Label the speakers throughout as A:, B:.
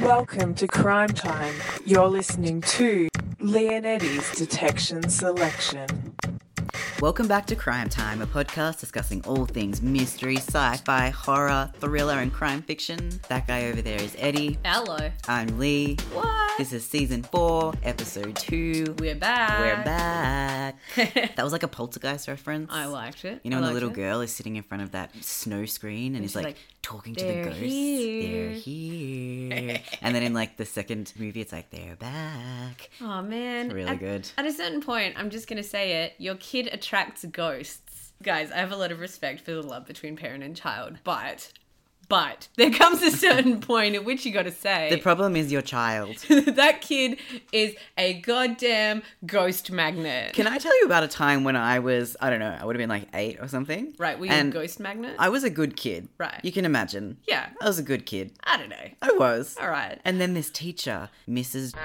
A: Welcome to Crime Time. You're listening to Leonetti's Detection Selection.
B: Welcome back to Crime Time, a podcast discussing all things mystery, sci fi, horror, thriller, and crime fiction. That guy over there is Eddie.
C: Hello.
B: I'm Lee.
C: What?
B: This is season four, episode two.
C: We're back.
B: We're back. that was like a poltergeist reference.
C: I liked it.
B: You know,
C: I
B: when the
C: liked
B: little
C: it.
B: girl is sitting in front of that snow screen and is
C: she's
B: like,
C: like,
B: talking to the
C: "They're
B: ghosts. They're
C: here."
B: here. and then in like the second movie, it's like, they're back.
C: Oh man.
B: Really
C: At-
B: good.
C: At a certain point, I'm just gonna say it. Your kid attracts ghosts. Guys, I have a lot of respect for the love between parent and child, but but there comes a certain point at which you gotta say
B: The problem is your child.
C: that kid is a goddamn ghost magnet.
B: Can I tell you about a time when I was, I don't know, I would have been like eight or something?
C: right, were you
B: and
C: a ghost magnet?
B: I was a good kid.
C: Right.
B: You can imagine.
C: yeah.
B: I was a good kid.
C: I don't know.
B: I was.
C: Alright.
B: And then this teacher, Mrs.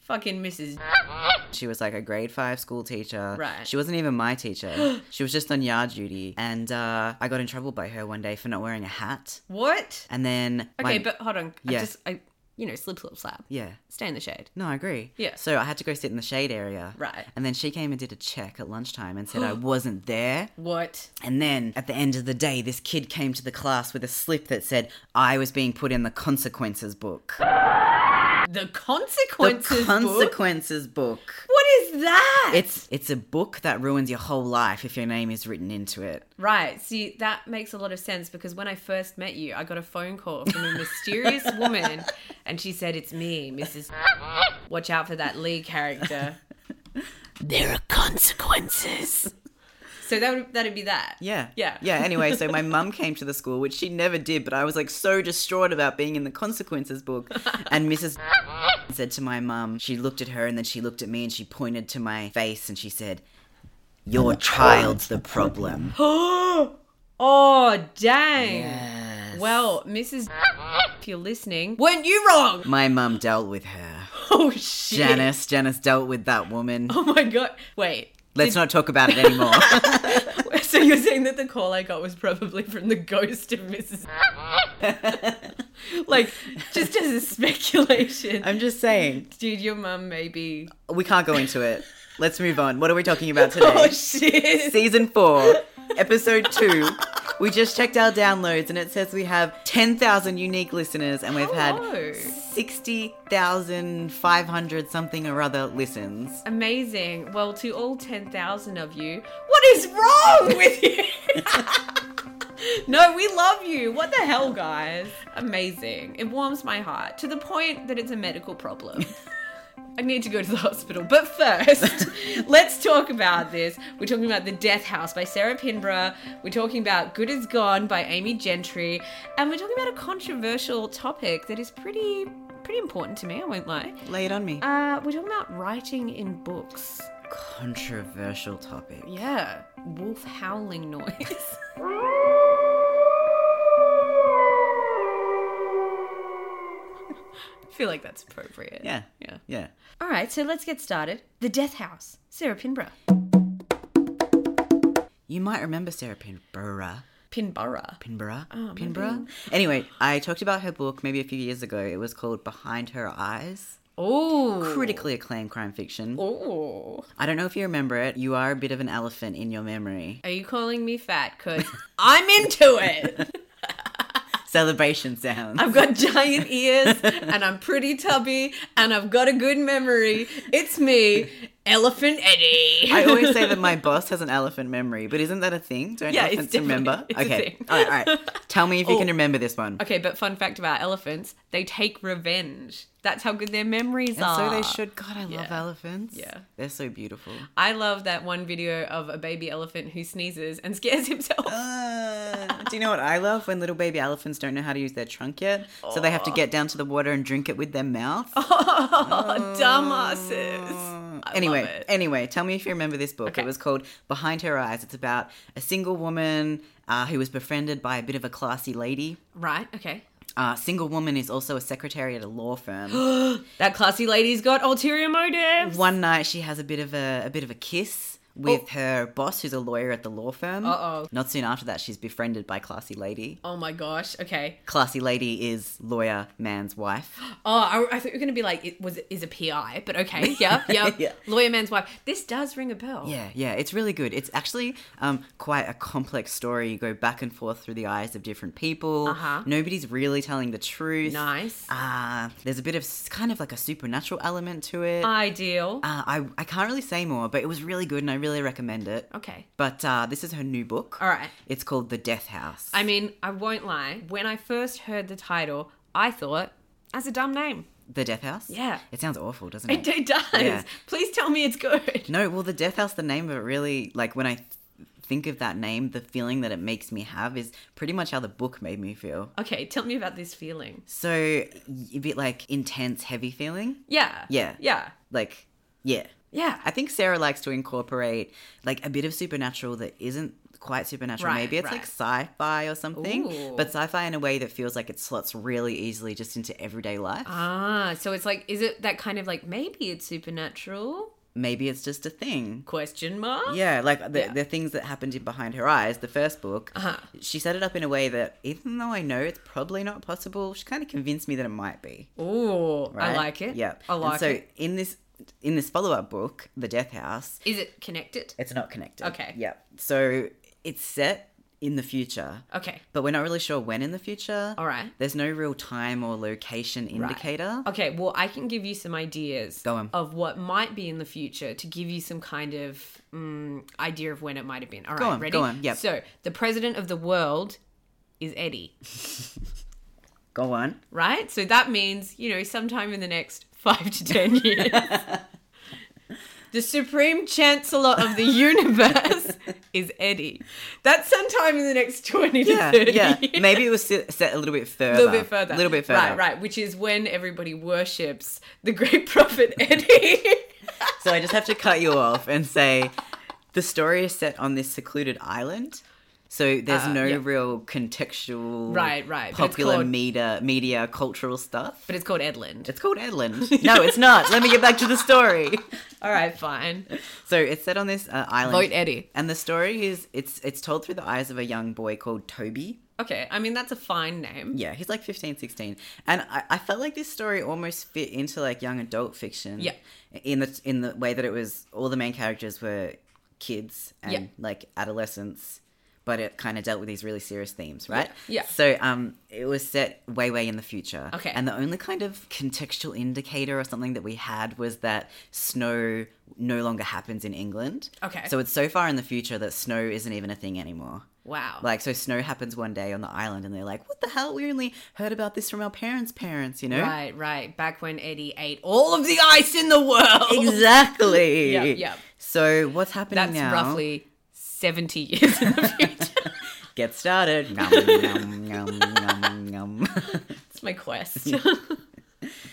C: Fucking Mrs.
B: She was like a grade five school teacher.
C: Right.
B: She wasn't even my teacher. she was just on yard duty. And uh, I got in trouble by her one day for not wearing a hat.
C: What?
B: And then. my-
C: Okay, but hold on.
B: Yeah.
C: I just I you know, slip slip slap.
B: Yeah.
C: Stay in the shade.
B: No, I agree.
C: Yeah.
B: So I had to go sit in the shade area.
C: Right.
B: And then she came and did a check at lunchtime and said I wasn't there.
C: What?
B: And then at the end of the day, this kid came to the class with a slip that said I was being put in the consequences book.
C: The
B: The
C: consequences. book?
B: consequences book.
C: What is that?
B: It's it's a book that ruins your whole life if your name is written into it.
C: right. See, that makes a lot of sense because when I first met you, I got a phone call from a mysterious woman, and she said, "It's me, Mrs. Watch out for that Lee character. there are consequences." So that would that'd be that.
B: Yeah.
C: Yeah.
B: Yeah. Anyway, so my mum came to the school, which she never did, but I was like so distraught about being in the consequences book. And Mrs. said to my mum, she looked at her and then she looked at me and she pointed to my face and she said, Your child's the problem.
C: oh dang. Well, Mrs. If you're listening, weren't you wrong?
B: My mum dealt with her.
C: Oh shit!
B: Janice, Janice dealt with that woman.
C: Oh my god! Wait,
B: Let's not talk about it anymore.
C: So you're saying that the call I got was probably from the ghost of Mrs. like, just as a speculation.
B: I'm just saying,
C: Dude, your mum may be.
B: we can't go into it. Let's move on. What are we talking about today?
C: Oh shit!
B: season four, episode two. We just checked our downloads and it says we have 10,000 unique listeners and we've
C: Hello.
B: had 60,500 something or other listens.
C: Amazing. Well, to all 10,000 of you, what is wrong with you? no, we love you. What the hell, guys? Amazing. It warms my heart to the point that it's a medical problem. I need to go to the hospital. But first, let's talk about this. We're talking about The Death House by Sarah Pinborough. We're talking about Good Is Gone by Amy Gentry. And we're talking about a controversial topic that is pretty pretty important to me, I won't lie.
B: Lay it on me.
C: Uh, we're talking about writing in books.
B: Controversial topic.
C: Yeah, wolf howling noise. I feel like that's appropriate.
B: Yeah.
C: Yeah.
B: Yeah.
C: All right, so let's get started. The Death House, Sarah Pinborough.
B: You might remember Sarah Pinborough.
C: Pinborough.
B: Pinborough?
C: Oh,
B: Pinborough? Anyway, I talked about her book maybe a few years ago. It was called Behind Her Eyes.
C: Oh.
B: Critically acclaimed crime fiction.
C: Oh.
B: I don't know if you remember it. You are a bit of an elephant in your memory.
C: Are you calling me fat? Because I'm into it.
B: Celebration sounds.
C: I've got giant ears and I'm pretty tubby and I've got a good memory. It's me, Elephant Eddie.
B: I always say that my boss has an elephant memory, but isn't that a thing? Don't
C: Yeah, it's
B: elephants remember?
C: definitely- it's a
B: okay.
C: thing.
B: All right, all right. Tell me if you
C: Oh.
B: can remember this one.
C: Okay, but fun fact about elephants, they take revenge. That's how good their memories
B: And
C: are.
B: so they should. God, I love
C: Yeah.
B: elephants.
C: Yeah.
B: They're so beautiful.
C: I love that one video of a baby elephant who sneezes and scares himself.
B: Uh, do you know what I love? When little baby elephants don't know how to use their trunk yet, so they have to get down to the water and drink it with their mouth.
C: Oh, dumbasses. I
B: anyway,
C: love it.
B: anyway, tell me if you remember this book.
C: Okay.
B: It was called Behind Her Eyes. It's about a single woman uh, who was befriended by a bit of a classy lady.
C: Right, okay.
B: Uh, single woman is also a secretary at a law firm.
C: That classy lady's got ulterior motives.
B: One night she has a bit of a, a bit of a kiss with her boss, who's a lawyer at the law firm.
C: Oh. Uh-oh.
B: Not soon after that, she's befriended by Classy Lady.
C: Oh my gosh. Okay.
B: Classy Lady is lawyer man's wife.
C: Oh, I, I thought you were going to be like, it was is a PI, but okay. Yep. Yep.
B: Yeah.
C: Lawyer man's wife. This does ring a bell.
B: Yeah, yeah, it's really good. It's actually um, quite a complex story. You go back and forth through the eyes of different people.
C: Uh-huh.
B: Nobody's really telling the truth.
C: Nice.
B: Uh, there's a bit of s- kind of like a supernatural element to it.
C: Ideal.
B: uh, I, I can't really say more, but it was really good and I really recommend it.
C: okay.
B: But uh, this is her new book.
C: All right.
B: It's called The Death House.
C: I mean, I won't lie. When I first heard the title, I thought, that's a dumb name.
B: the Death House?
C: Yeah.
B: It sounds awful, doesn't
C: It,
B: it?
C: it does.
B: Yeah.
C: Please tell me it's good.
B: No, well, The Death House, the name of it really, like when I th- think of that name, the feeling that it makes me have is pretty much how the book made me feel.
C: Okay, tell me about this feeling.
B: So y- a bit like intense, heavy feeling.
C: Yeah.
B: Yeah.
C: Yeah.
B: Like, yeah.
C: Yeah.
B: I think Sarah likes to incorporate like a bit of supernatural that isn't quite supernatural.
C: Right,
B: Maybe it's
C: right.
B: like sci-fi or something,
C: Ooh.
B: but sci-fi in a way that feels like it slots really easily just into everyday life.
C: Ah, so it's like, is it that kind of like maybe it's supernatural?
B: Maybe it's just a thing.
C: Question mark.
B: Yeah, like the,
C: Yeah.
B: the things that happened in behind her eyes, the first book,
C: Uh-huh.
B: she set it up in a way that even though I know it's probably not possible, she kind of convinced me that it might be.
C: Oh, I
B: right?
C: like it.
B: Yeah,
C: I
B: And
C: like
B: so
C: it.
B: in this in this follow up book, The Death House,
C: Is it connected?
B: it's not connected.
C: Okay.
B: Yeah. So it's set in the future,
C: Okay.
B: but we're not really sure when in the future.
C: All right. Oh.
B: There's no real time or location indicator.
C: Okay, well, I can give you some ideas
B: Go on.
C: of what might be in the future to give you some kind of mm, idea of when it might have been. All right,
B: on,
C: ready?
B: go on, yep.
C: So, the president of the world is Eddie,
B: Go on.
C: right? So that means, you know, sometime in the next five to 10 years. The Supreme Chancellor of the Universe is Eddie. That's sometime in the next 20
B: Yeah,
C: to 30
B: yeah.
C: years.
B: Maybe it was se- set a little bit further.
C: A little bit further.
B: A little bit further.
C: Right, right. Which is when everybody worships the great prophet Eddie.
B: So I just have to cut you off and say the story is set on this secluded island. So there's
C: Uh,
B: no
C: yeah.
B: real contextual,
C: Right, right, but it's
B: popular
C: called-
B: media, media, cultural stuff.
C: but it's called Edland.
B: It's called Edland. No, it's not. Let me get back to the story.
C: All right, fine.
B: So it's set on this uh, island.
C: Vote Eddie.
B: And the story is it's it's told through the eyes of a young boy called Toby.
C: Okay, I mean, that's a fine name.
B: Yeah, he's like 15, 16. And I, I felt like this story almost fit into like young adult fiction.
C: Yeah.
B: In the in the way that it was all the main characters were kids and
C: Yeah.
B: like adolescents, but it kind of dealt with these really serious themes, right?
C: Yeah. Yeah.
B: So um it was set way, way in the future.
C: Okay.
B: And the only kind of contextual indicator or something that we had was that snow no longer happens in England.
C: Okay.
B: So it's so far in the future that snow isn't even a thing anymore.
C: Wow.
B: Like, so snow happens one day on the island, and they're like, what the hell? We only heard about this from our parents' parents, you know?
C: right, right. Back when Eddie ate all of the ice in the world.
B: Exactly.
C: Yep, yep.
B: So, what's happening
C: That's
B: now?
C: roughly 70 years in the future.
B: Get started. Nom, nom, nom, nom, nom.
C: That's my quest.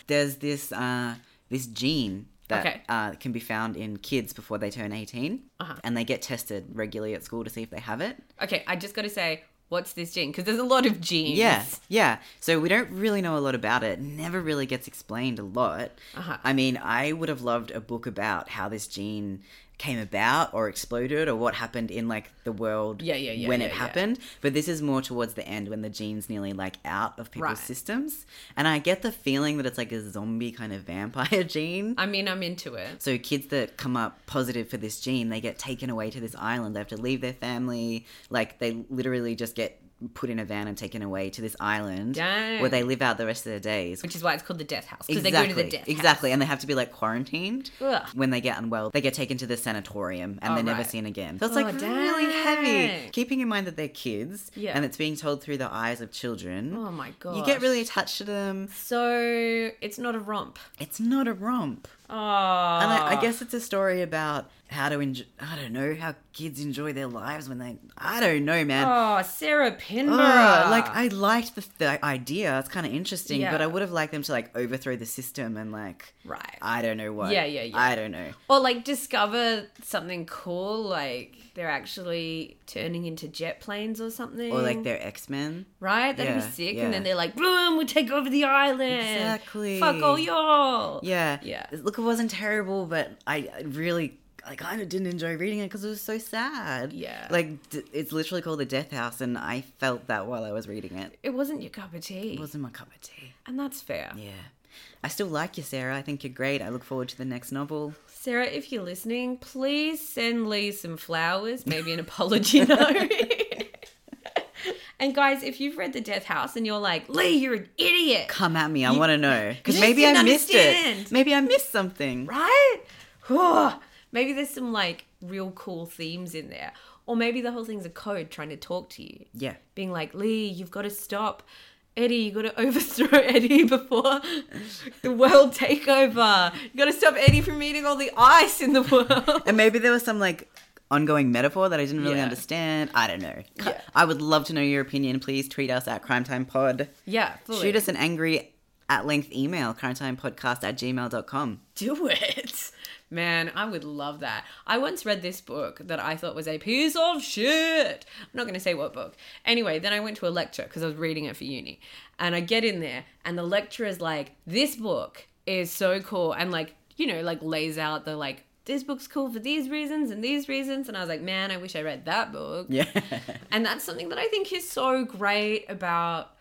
B: There's this, uh, this gene that
C: Okay.
B: uh, can be found in kids before they turn 18,
C: Uh-huh.
B: and they get tested regularly at school to see if they have it.
C: okay, I just got to say, what's this gene? Because there's a lot of genes.
B: Yeah, yeah. So we don't really know a lot about it. Never really gets explained a lot.
C: Uh-huh.
B: I mean, I would have loved a book about how this gene came about or exploded or what happened in like the world
C: Yeah, yeah, yeah,
B: when
C: yeah,
B: it
C: yeah.
B: happened. But this is more towards the end when the gene's nearly like out of people's
C: Right.
B: systems. And I get the feeling that it's like a zombie kind of vampire gene.
C: I mean, I'm into it.
B: So kids that come up positive for this gene, they get taken away to this island. They have to leave their family. Like they literally just get put in a van and taken away to this island
C: Dang.
B: where they live out the rest of their days.
C: Which is why it's called the death house. Because they go to the death
B: exactly, and they have to be like quarantined
C: Ugh.
B: when they get unwell. They get taken to the sanatorium and
C: Oh,
B: they're never
C: right.
B: seen again. So it's
C: Oh,
B: like really heavy.
C: dang.
B: Keeping in mind that they're kids
C: Yeah.
B: and it's being told through the eyes of children.
C: House. Oh my god.
B: You get really attached to them.
C: So it's not a romp.
B: It's not a romp.
C: Oh.
B: And I, I guess it's a story about how to enjoy, I don't know, how kids enjoy their lives when they, I don't know, man.
C: Oh, Sarah Pinborough.
B: Ugh, Ah, like I liked the, the idea. It's kind of interesting, but
C: Yeah.
B: I would have liked them to like overthrow the system and like
C: Right.
B: I don't know what.
C: Yeah, yeah, yeah.
B: I don't know.
C: Or like discover something cool, like they're actually turning into jet planes or something.
B: Or like they're X Men.
C: right? That'd
B: yeah,
C: be sick.
B: yeah.
C: And then they're like, boom, we take over the island.
B: Exactly.
C: Fuck all y'all.
B: Yeah,
C: Yeah.
B: Look, it wasn't terrible, but I I really I kind of didn't enjoy reading it because it was so sad.
C: Yeah.
B: Like, d- it's literally called The Death House, and I felt that while I was reading it.
C: It wasn't your cup of tea.
B: It wasn't my cup of tea.
C: and that's fair.
B: Yeah. I still like you, Sarah. I think you're great. I look forward to the next novel.
C: Sarah, if you're listening, please send Lee some flowers, maybe an apology note. and guys, if you've read The Death House and you're like, Lee, you're an idiot,
B: Come at me. I want to know. Because
C: you
B: maybe
C: didn't
B: I missed
C: understand.
B: it. Maybe I missed something.
C: right? Whew. maybe there's some like real cool themes in there. Or maybe the whole thing's a code trying to talk to you.
B: Yeah.
C: Being like, Lee, you've got to stop. Eddie, you got to overthrow Eddie before the world takeover. You got to stop Eddie from eating all the ice in the world.
B: And maybe there was some like ongoing metaphor that I didn't really
C: Yeah.
B: understand. I don't know. C-
C: Yeah.
B: I would love to know your opinion. Please tweet us at Crime Time Pod.
C: Yeah,
B: Shoot us an angry at length email, crimetimepodcast at gmail.com.
C: do it. Man, I would love that. I once read this book that I thought was a piece of shit. I'm not going to say what book. Anyway, then I went to a lecture because I was reading it for uni. And I get in there, and the lecturer's like, This book is so cool. And, like, you know, like lays out the like, this book's cool for these reasons and these reasons. And I was like, Man, I wish I read that book.
B: Yeah.
C: And that's something that I think is so great about,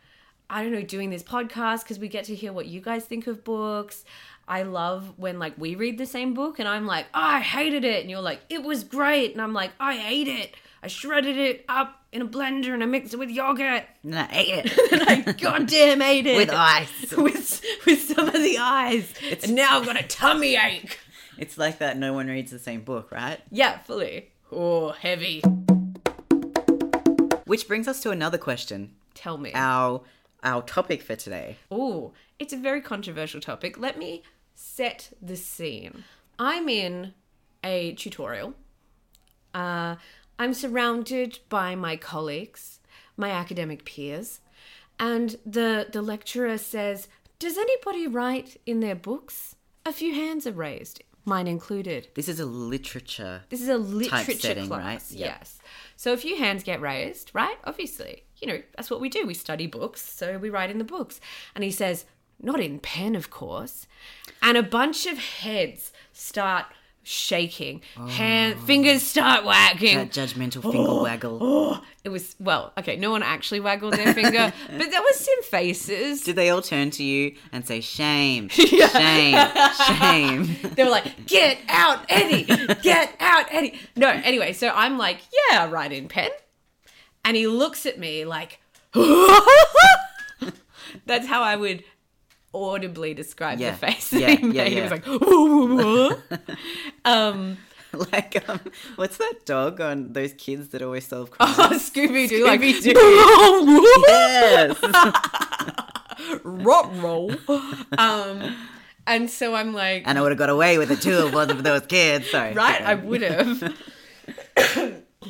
C: I don't know, doing this podcast because we get to hear what you guys think of books. I love when like we read the same book and I'm like, oh, I hated it. And you're like, it was great. And I'm like, I ate it. I shredded it up in a blender and I mixed it with yogurt.
B: and I ate it
C: And I goddamn ate it.
B: with ice.
C: With, with some of the eyes. and now I've got a tummy ache.
B: It's like that no one reads the same book, right?
C: Yeah, fully. Oh, heavy.
B: Which brings us to another question.
C: Tell me.
B: Our our topic for today.
C: Oh, it's a very controversial topic. Let me set the scene. I'm in a tutorial. Uh, I'm surrounded by my colleagues, my academic peers, and the, the lecturer says, Does anybody write in their books? A few hands are raised, mine included.
B: This is a literature.
C: This is a literature
B: Typesetting,
C: class.
B: right? Yep.
C: Yes. So a few hands get raised, right? Obviously. You know, that's what we do. We study books, so we write in the books. And he says, not in pen, of course. And a bunch of heads start shaking. Hand fingers start wagging.
B: Oh. That uh, judgmental finger waggle.
C: oh, it was well, okay, no one actually waggled their finger, but there was some faces.
B: Did they all turn to you and say shame,
C: Yeah.
B: shame, shame?
C: They were like, "Get out, Eddie! Get out, Eddie!" No, anyway, so I'm like, "Yeah, right in pen," and he looks at me like, "That's how I would audibly describe
B: Yeah,
C: the face that
B: yeah,
C: he made."
B: yeah,
C: He
B: yeah.
C: was like, "Whoa, whoa, whoa." um,
B: like um, what's that dog on those kids that always solve crimes?
C: oh, Scooby Doo, like,
B: Scooby-Doo. yes.
C: roll, roll. Um, and so I'm like,
B: and I would have got away with it too if it wasn't for those kids. Sorry.
C: right?
B: Okay.
C: I would have.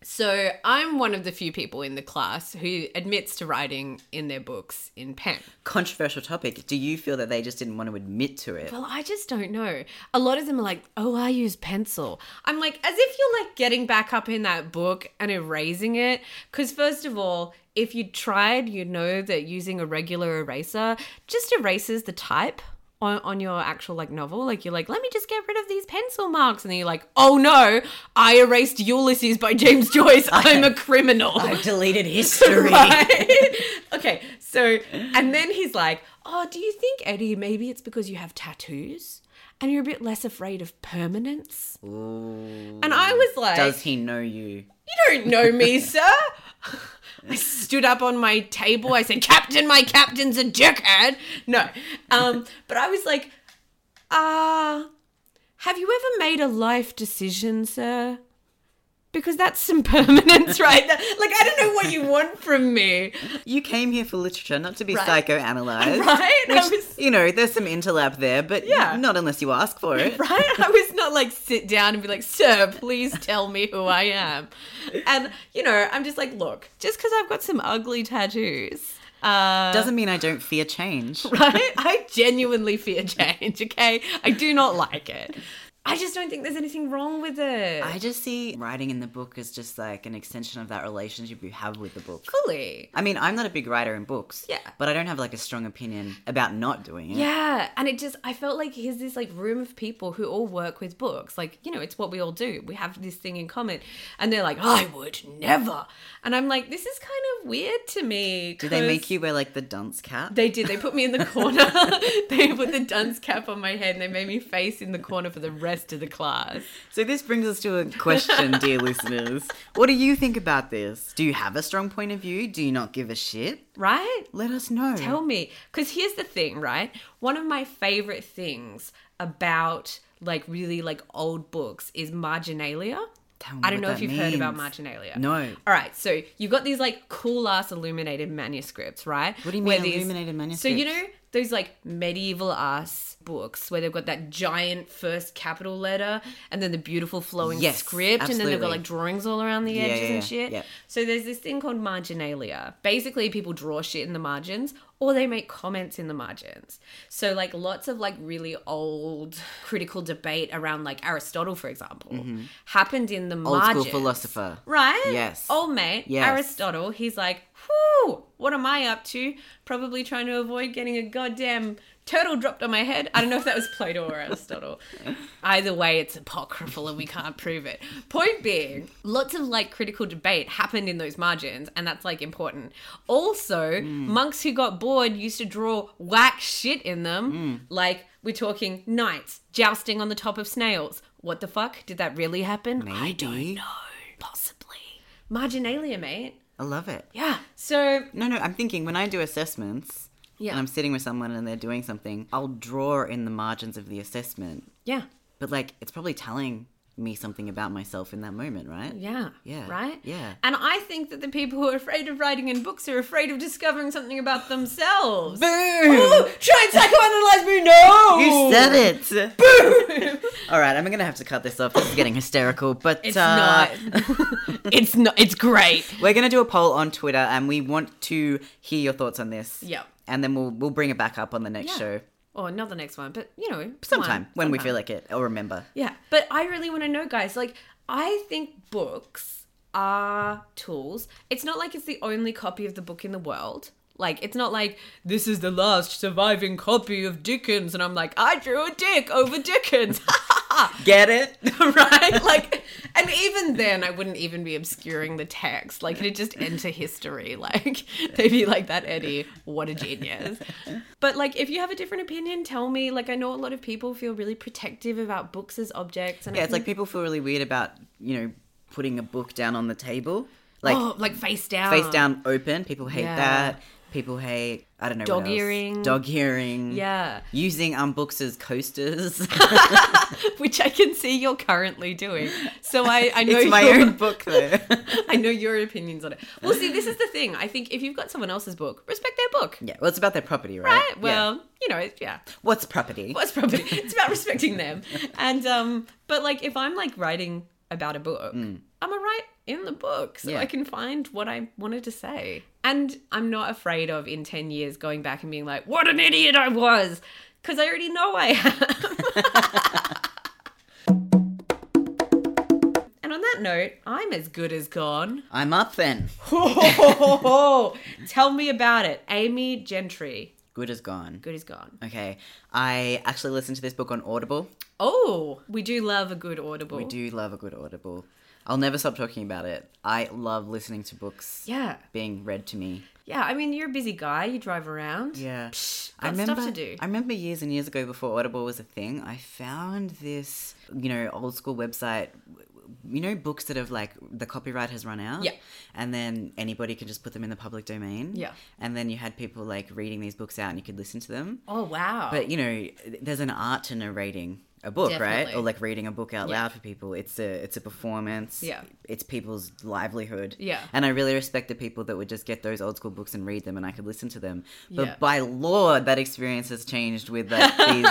C: so I'm one of the few people in the class who admits to writing in their books in pen.
B: Controversial topic. Do you feel that they just didn't want to admit to it?
C: Well, I just don't know. A lot of them are like, oh, I use pencil. I'm like, as if you're like getting back up in that book and erasing it. Because, first of all, if you tried, you'd know that using a regular eraser just erases the type. On, on your actual like novel like you're like let me just get rid of these pencil marks and then you're like oh no i erased ulysses by james joyce i'm a criminal
B: I've deleted history.
C: Right? okay, so and then he's like, "Oh, do you think Eddie? Maybe it's because you have tattoos and you're a bit less afraid of permanence."
B: Ooh.
C: And I was like,
B: Does he know you?
C: "You don't know me, sir." I stood up on my table. I said, "Captain, my captain's a jerkhead." No, um, but I was like, "Ah, have you ever made a life decision, sir?" Because that's some permanence right there. Like, I don't know what you want from me.
B: You came here for literature, not to be
C: Right.
B: psychoanalyzed.
C: Right? I
B: Which,
C: was-
B: You know, there's some interlap there, but
C: Yeah.
B: not unless you ask for it.
C: right? I was not like sit down and be like, sir, please tell me who I am. And, you know, I'm just like, look, just because I've got some ugly tattoos. Uh,
B: Doesn't mean I don't fear change.
C: right? I genuinely fear change, okay? I do not like it. I just don't think there's anything wrong with it.
B: I just see writing in the book as just like an extension of that relationship you have with the book.
C: fully.
B: I mean, I'm not a big writer in books.
C: Yeah.
B: But I don't have like a strong opinion about not doing it.
C: Yeah, and it just I felt like here's this like room of people who all work with books. Like, you know, it's what we all do. We have this thing in common. And they're like, "I would never." And I'm like, "This is kind of weird to me."
B: Do they
C: 'cause
B: make you wear like the dunce cap?
C: They did. They put me in the corner. they put the dunce cap on my head and they made me face in the corner for the rest of the class.
B: So this brings us to a question, dear listeners. What do you think about this? Do you have a strong point of view? Do you not give a shit?
C: Right?
B: Let us know.
C: Tell me. Because here's the thing, right? One of my favorite things about like really like old books is marginalia.
B: Tell me
C: I don't
B: what
C: know if
B: that
C: you've heard about
B: means.
C: marginalia.
B: No.
C: All right, so you've got these like cool ass illuminated manuscripts, right?
B: What do you
C: Where
B: mean,
C: these-
B: illuminated
C: So you know
B: manuscripts?
C: those like medieval ass books where they've got that giant first capital letter and then the beautiful flowing
B: Yes,
C: script and then they've got
B: absolutely.
C: like drawings all around the
B: Yeah,
C: edges
B: yeah,
C: and shit.
B: yeah.
C: So there's this thing called marginalia. Basically, people draw shit in the margins or they make comments in the margins. So like lots of like really old critical debate around like Aristotle, for example, happened in the
B: Mm-hmm. Old
C: margins.
B: school philosopher.
C: Right? Oh,
B: Yes.
C: Old mate,
B: Yes.
C: Aristotle, he's like, whoo, what am I up to? Probably trying to avoid getting a goddamn turtle dropped on my head. I don't know if that was Plato or Aristotle. Either way, it's apocryphal and we can't prove it. Point being, lots of like critical debate happened in those margins, and that's like important. Also,
B: Mm.
C: monks who got bored used to draw whack shit in
B: Mm.
C: them. Like, we're talking knights jousting on the top of snails. What the fuck? Did that really happen?
B: I don't know.
C: Possibly. Marginalia, mate.
B: I love it.
C: Yeah. So,
B: No, no, I'm thinking when I do assessments
C: Yeah.
B: and I'm sitting with someone and they're doing something, I'll draw in the margins of the assessment.
C: yeah.
B: But like, it's probably telling me something about myself in that moment, right?
C: Yeah.
B: Yeah.
C: Right?
B: Yeah.
C: And I think that the people who are afraid of writing in books are afraid of discovering something about themselves.
B: Boom!
C: Ooh, try and psychoanalyze me. No.
B: You said it. Boom! All right, I'm gonna have to cut this off. This is getting hysterical, but
C: It's
B: uh,
C: not. it's not. It's great.
B: We're gonna do a poll on Twitter, and we want to hear your thoughts on this.
C: Yep.
B: And then we'll we'll bring it back up on the next
C: Yeah.
B: show
C: Or not the next one, but you know,
B: sometime
C: one,
B: when we
C: sometime.
B: feel like it or remember.
C: Yeah, but I really want to know, guys. Like, I think books are tools. It's not like it's the only copy of the book in the world. Like, it's not like this is the last surviving copy of Dickens, and I'm like, I drew a dick over Dickens.
B: Get it?
C: right? Like, and even then, I wouldn't even be obscuring the text. Like, it'd just enter history. Like, they'd be like, that Eddie, what a genius. But, like, if you have a different opinion, tell me. Like, I know a lot of people feel really protective about books as objects. And I
B: Yeah, it's
C: think-
B: like people feel really weird about you know putting a book down on the table, like
C: oh, like face down.
B: face down open. People hate
C: Yeah.
B: that. People hate I don't know
C: Dog
B: what else.
C: earring.
B: dog earring.
C: Yeah.
B: using um books as coasters.
C: Which I can see you're currently doing. So I, I know
B: it's my
C: you're-
B: own book though.
C: I know your opinions on it. Well, see, this is the thing. I think if you've got someone else's book, respect their book.
B: yeah, well, it's about their property, right?
C: Right?
B: Yeah.
C: Well, you know, yeah.
B: what's property?
C: Well, it's probably it's about respecting them. And um, but like if I'm like writing about a book, I'm a write in the book, so
B: Yeah.
C: I can find what I wanted to say. And I'm not afraid of in ten years going back and being like, "What an idiot I was," because I already know I am. And on that note, I'm as good as gone.
B: I'm up then.
C: Tell me about it. Amy Gentry.
B: Good is gone.
C: Good as gone.
B: Okay, I actually listened to this book on Audible.
C: Oh, we do love a good audible.
B: We do love a good Audible. I'll never stop talking about it. I love listening to books
C: Yeah.
B: being read to me.
C: Yeah, I mean, you're a busy guy. You drive around.
B: Yeah.
C: got stuff to do.
B: I remember years and years ago before Audible was a thing, I found this, you know, old school website. You know, books that have like the copyright has run out.
C: Yeah.
B: And then anybody can just put them in the public domain.
C: Yeah.
B: And then you had people like reading these books out and you could listen to them.
C: Oh wow.
B: But you know, there's an art to narrating a book, right?
C: Definitely.
B: Or like reading a book out
C: Yeah.
B: loud for people. It's a it's a performance.
C: Yeah.
B: It's people's livelihood.
C: Yeah.
B: And I really respect the people that would just get those old school books and read them, and I could listen to them. But
C: Yeah.
B: by law, that experience has changed with like these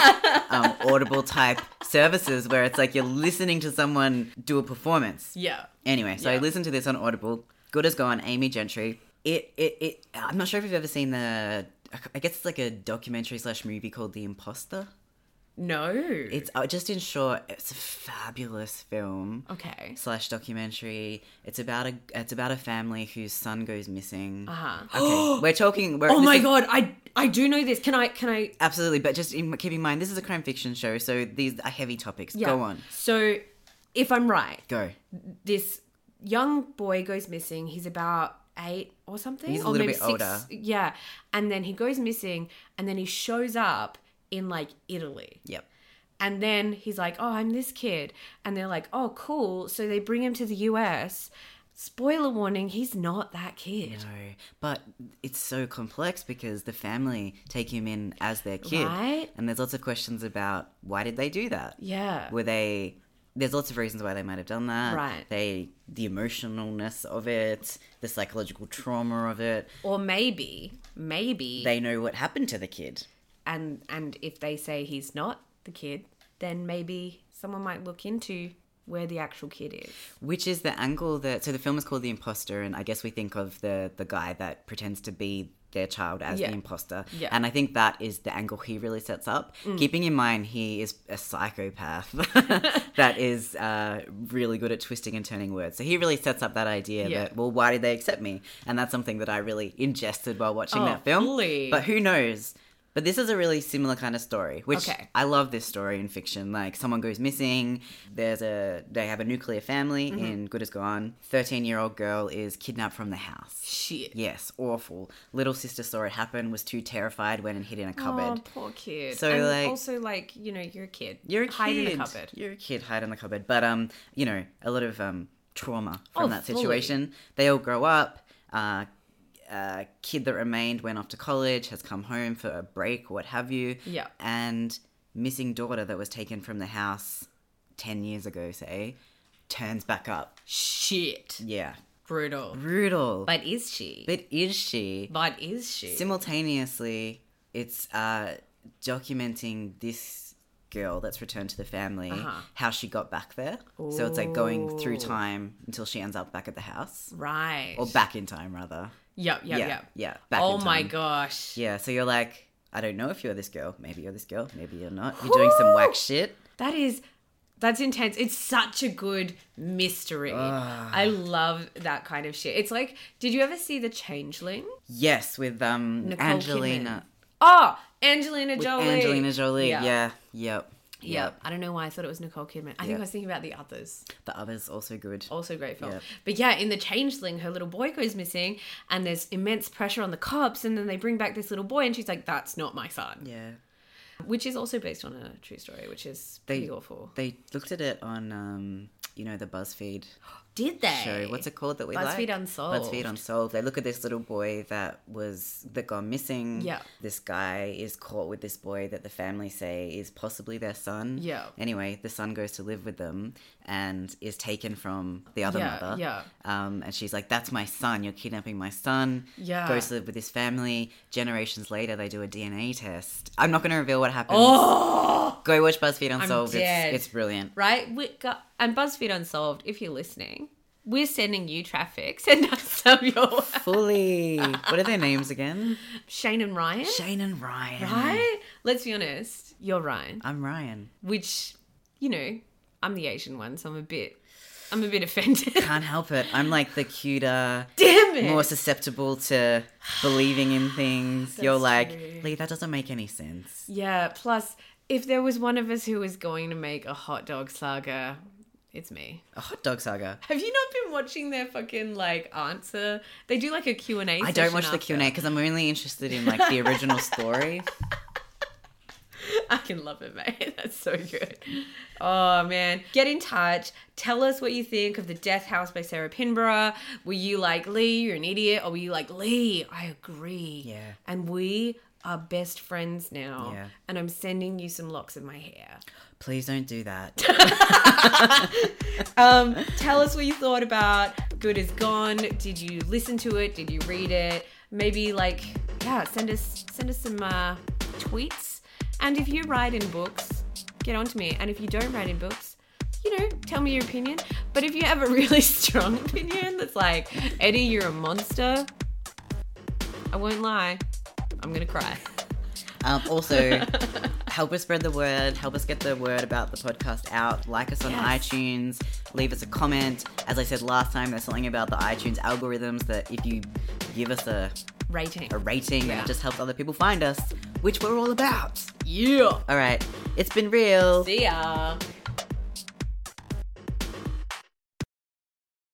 B: um, Audible type services where it's like you're listening to someone do a performance.
C: yeah.
B: Anyway, so I
C: Yeah.
B: listened to this on Audible. Good as gone, Amy Gentry. It, it, it. I'm not sure if you've ever seen the. I guess it's like a documentary slash movie called The Imposter.
C: No.
B: It's uh, just in short, it's a fabulous film
C: okay.
B: slash documentary. It's about a it's about a family whose son goes missing.
C: Uh-huh.
B: Okay, we're talking. We're,
C: Oh
B: this
C: my
B: is-
C: god, I I do know this. Can I can I
B: Absolutely, but just in, keep in mind this is a crime fiction show, so these are heavy topics.
C: yeah.
B: Go on,
C: So if I'm right,
B: go.
C: this young boy goes missing. He's about eight or something.
B: He's a
C: or
B: little
C: maybe
B: bit
C: six.
B: older.
C: Yeah. And then he goes missing and then he shows up in like Italy.
B: Yep.
C: And then he's like, oh, I'm this kid. And they're like, oh, cool. So they bring him to the US. Spoiler warning, he's not that kid.
B: No, but it's so complex because the family take him in as their kid,
C: Right?
B: and there's lots of questions about why did they do that?
C: Yeah.
B: Were they? There's lots of reasons why they might have done that.
C: Right.
B: They the emotionalness of it, the psychological trauma of it.
C: Or maybe, maybe
B: They know what happened to the kid.
C: and and if they say he's not the kid, then maybe someone might look into where the actual kid is.
B: Which is the angle that so the film is called The Imposter, and I guess we think of the the guy that pretends to be their child as
C: Yeah.
B: the imposter.
C: Yeah. Mm.
B: And I think that is the angle he really sets up. Keeping in mind he is a psychopath that is uh, really good at twisting and turning words. So he really sets up that idea
C: Yeah.
B: that, well, why did they accept me? And that's something that I really ingested while watching
C: Oh,
B: that film.
C: fully.
B: But who knows? But this is a really similar kind of story, which
C: Okay.
B: I love this story in fiction. Like someone goes missing, there's a they have a nuclear family in Good as Gone. 13-year-old girl is kidnapped from the house.
C: Shit.
B: Yes, awful. Little sister saw it happen, was too terrified, went and hid in a
C: Oh,
B: cupboard.
C: poor kid.
B: So,
C: and
B: like-
C: also like you know, you're a kid.
B: You're a
C: Hide
B: kid.
C: in a cupboard.
B: You're a kid, hide in the cupboard. But um, you know, a lot of um trauma from
C: Oh,
B: that
C: fully.
B: situation. They all grow up. Uh, uh, kid that remained went off to college, has come home for a break, what have you.
C: Yeah.
B: And missing daughter that was taken from the house ten years ago, say, turns back up.
C: Shit.
B: Yeah,
C: Brutal.
B: brutal.
C: But is she?
B: but is she?
C: But is she?
B: simultaneously it's uh documenting this girl that's returned to the family
C: Uh-huh.
B: how she got back there so it's like going through
C: Ooh.
B: time until she ends up back at the house
C: right.
B: or back in time rather
C: Yep. Yep.
B: yeah
C: yep.
B: yeah back
C: oh
B: in
C: my
B: time.
C: gosh.
B: yeah so you're like i don't know if you're this girl maybe you're this girl maybe you're not you're doing some whack
C: Whew.
B: shit
C: That is. That's intense. It's such a good mystery. I love that kind of shit. It's like, did you ever see The Changeling?
B: yes with um
C: Nicole
B: angelina
C: Oh, Angelina Jolie.
B: angelina jolie yeah,
C: Yeah.
B: yep
C: Yeah.
B: yep
C: I don't know why I thought it was Nicole Kidman. I think
B: Yeah.
C: I was thinking about the others.
B: the other's also good
C: Also great film.
B: Yeah.
C: But yeah, in The Changeling, her little boy goes missing and there's immense pressure on the cops. And then they bring back this little boy and she's like, that's not my son.
B: yeah
C: Which is also based on a true story, which is
B: They-
C: pretty awful.
B: They looked at it on, um, you know, the BuzzFeed
C: Did they?
B: show. What's it called that we like?
C: BuzzFeed Unsolved.
B: BuzzFeed Unsolved. They look at this little boy that was that gone missing.
C: Yeah.
B: This guy is caught with this boy that the family say is possibly their son.
C: Yeah.
B: Anyway, the son goes to live with them and is taken from the other
C: Yeah,
B: mother.
C: yeah.
B: Um, and she's like, "That's my son. You're kidnapping my son."
C: Yeah.
B: Goes to live with his family. Generations later, they do a DNA test. I'm not going to reveal what happens.
C: Oh!
B: Go watch BuzzFeed Unsolved.
C: dead.
B: It's, it's brilliant.
C: Right? We got, and BuzzFeed Unsolved, if you're listening, we're sending you traffic. Send us some your
B: Fully. what are their names again?
C: Shane and Ryan.
B: Shane and Ryan. Mm.
C: Right? Let's be honest. You're Ryan.
B: I'm Ryan.
C: which you know i'm the asian one so i'm a bit i'm a bit offended damn
B: Can't help it. I'm like the cuter,
C: it
B: more susceptible to believing in things. You're
C: That's
B: like,
C: true.
B: Lee, that doesn't make any sense.
C: yeah plus if there was one of us who was going to make a hot dog saga it's me
B: A hot dog saga.
C: have you not been watching their fucking like answer they do like a q&a
B: I don't watch the Q&A because I'm only interested in like the original story.
C: I can love it, mate. That's so good. Oh man, get in touch. Tell us what you think of the Death House by Sarah Pinborough. Were you like Lee, you're an idiot, or were you like Lee, I agree?
B: Yeah.
C: And we are best friends now.
B: Yeah.
C: And I'm sending you some locks of my hair.
B: Please don't do that.
C: Um, tell us what you thought about Good is Gone. Did you listen to it? Did you read it? Maybe like yeah, send us send us some uh, tweets. And if you write in books, get on to me. And if you don't write in books, you know, tell me your opinion. But if you have a really strong opinion that's like, Eddie, you're a monster, I won't lie. I'm gonna cry.
B: Um, also, help us spread the word, help us get the word about the podcast out. Like us on
C: Yes.
B: iTunes, leave us a comment. As I said last time, there's something about the iTunes algorithms that if you give us a,
C: Rating.
B: a rating, then
C: Yeah.
B: it just helps other people find us, which we're all about.
C: Yeah.
B: All right, it's been real.
C: See ya.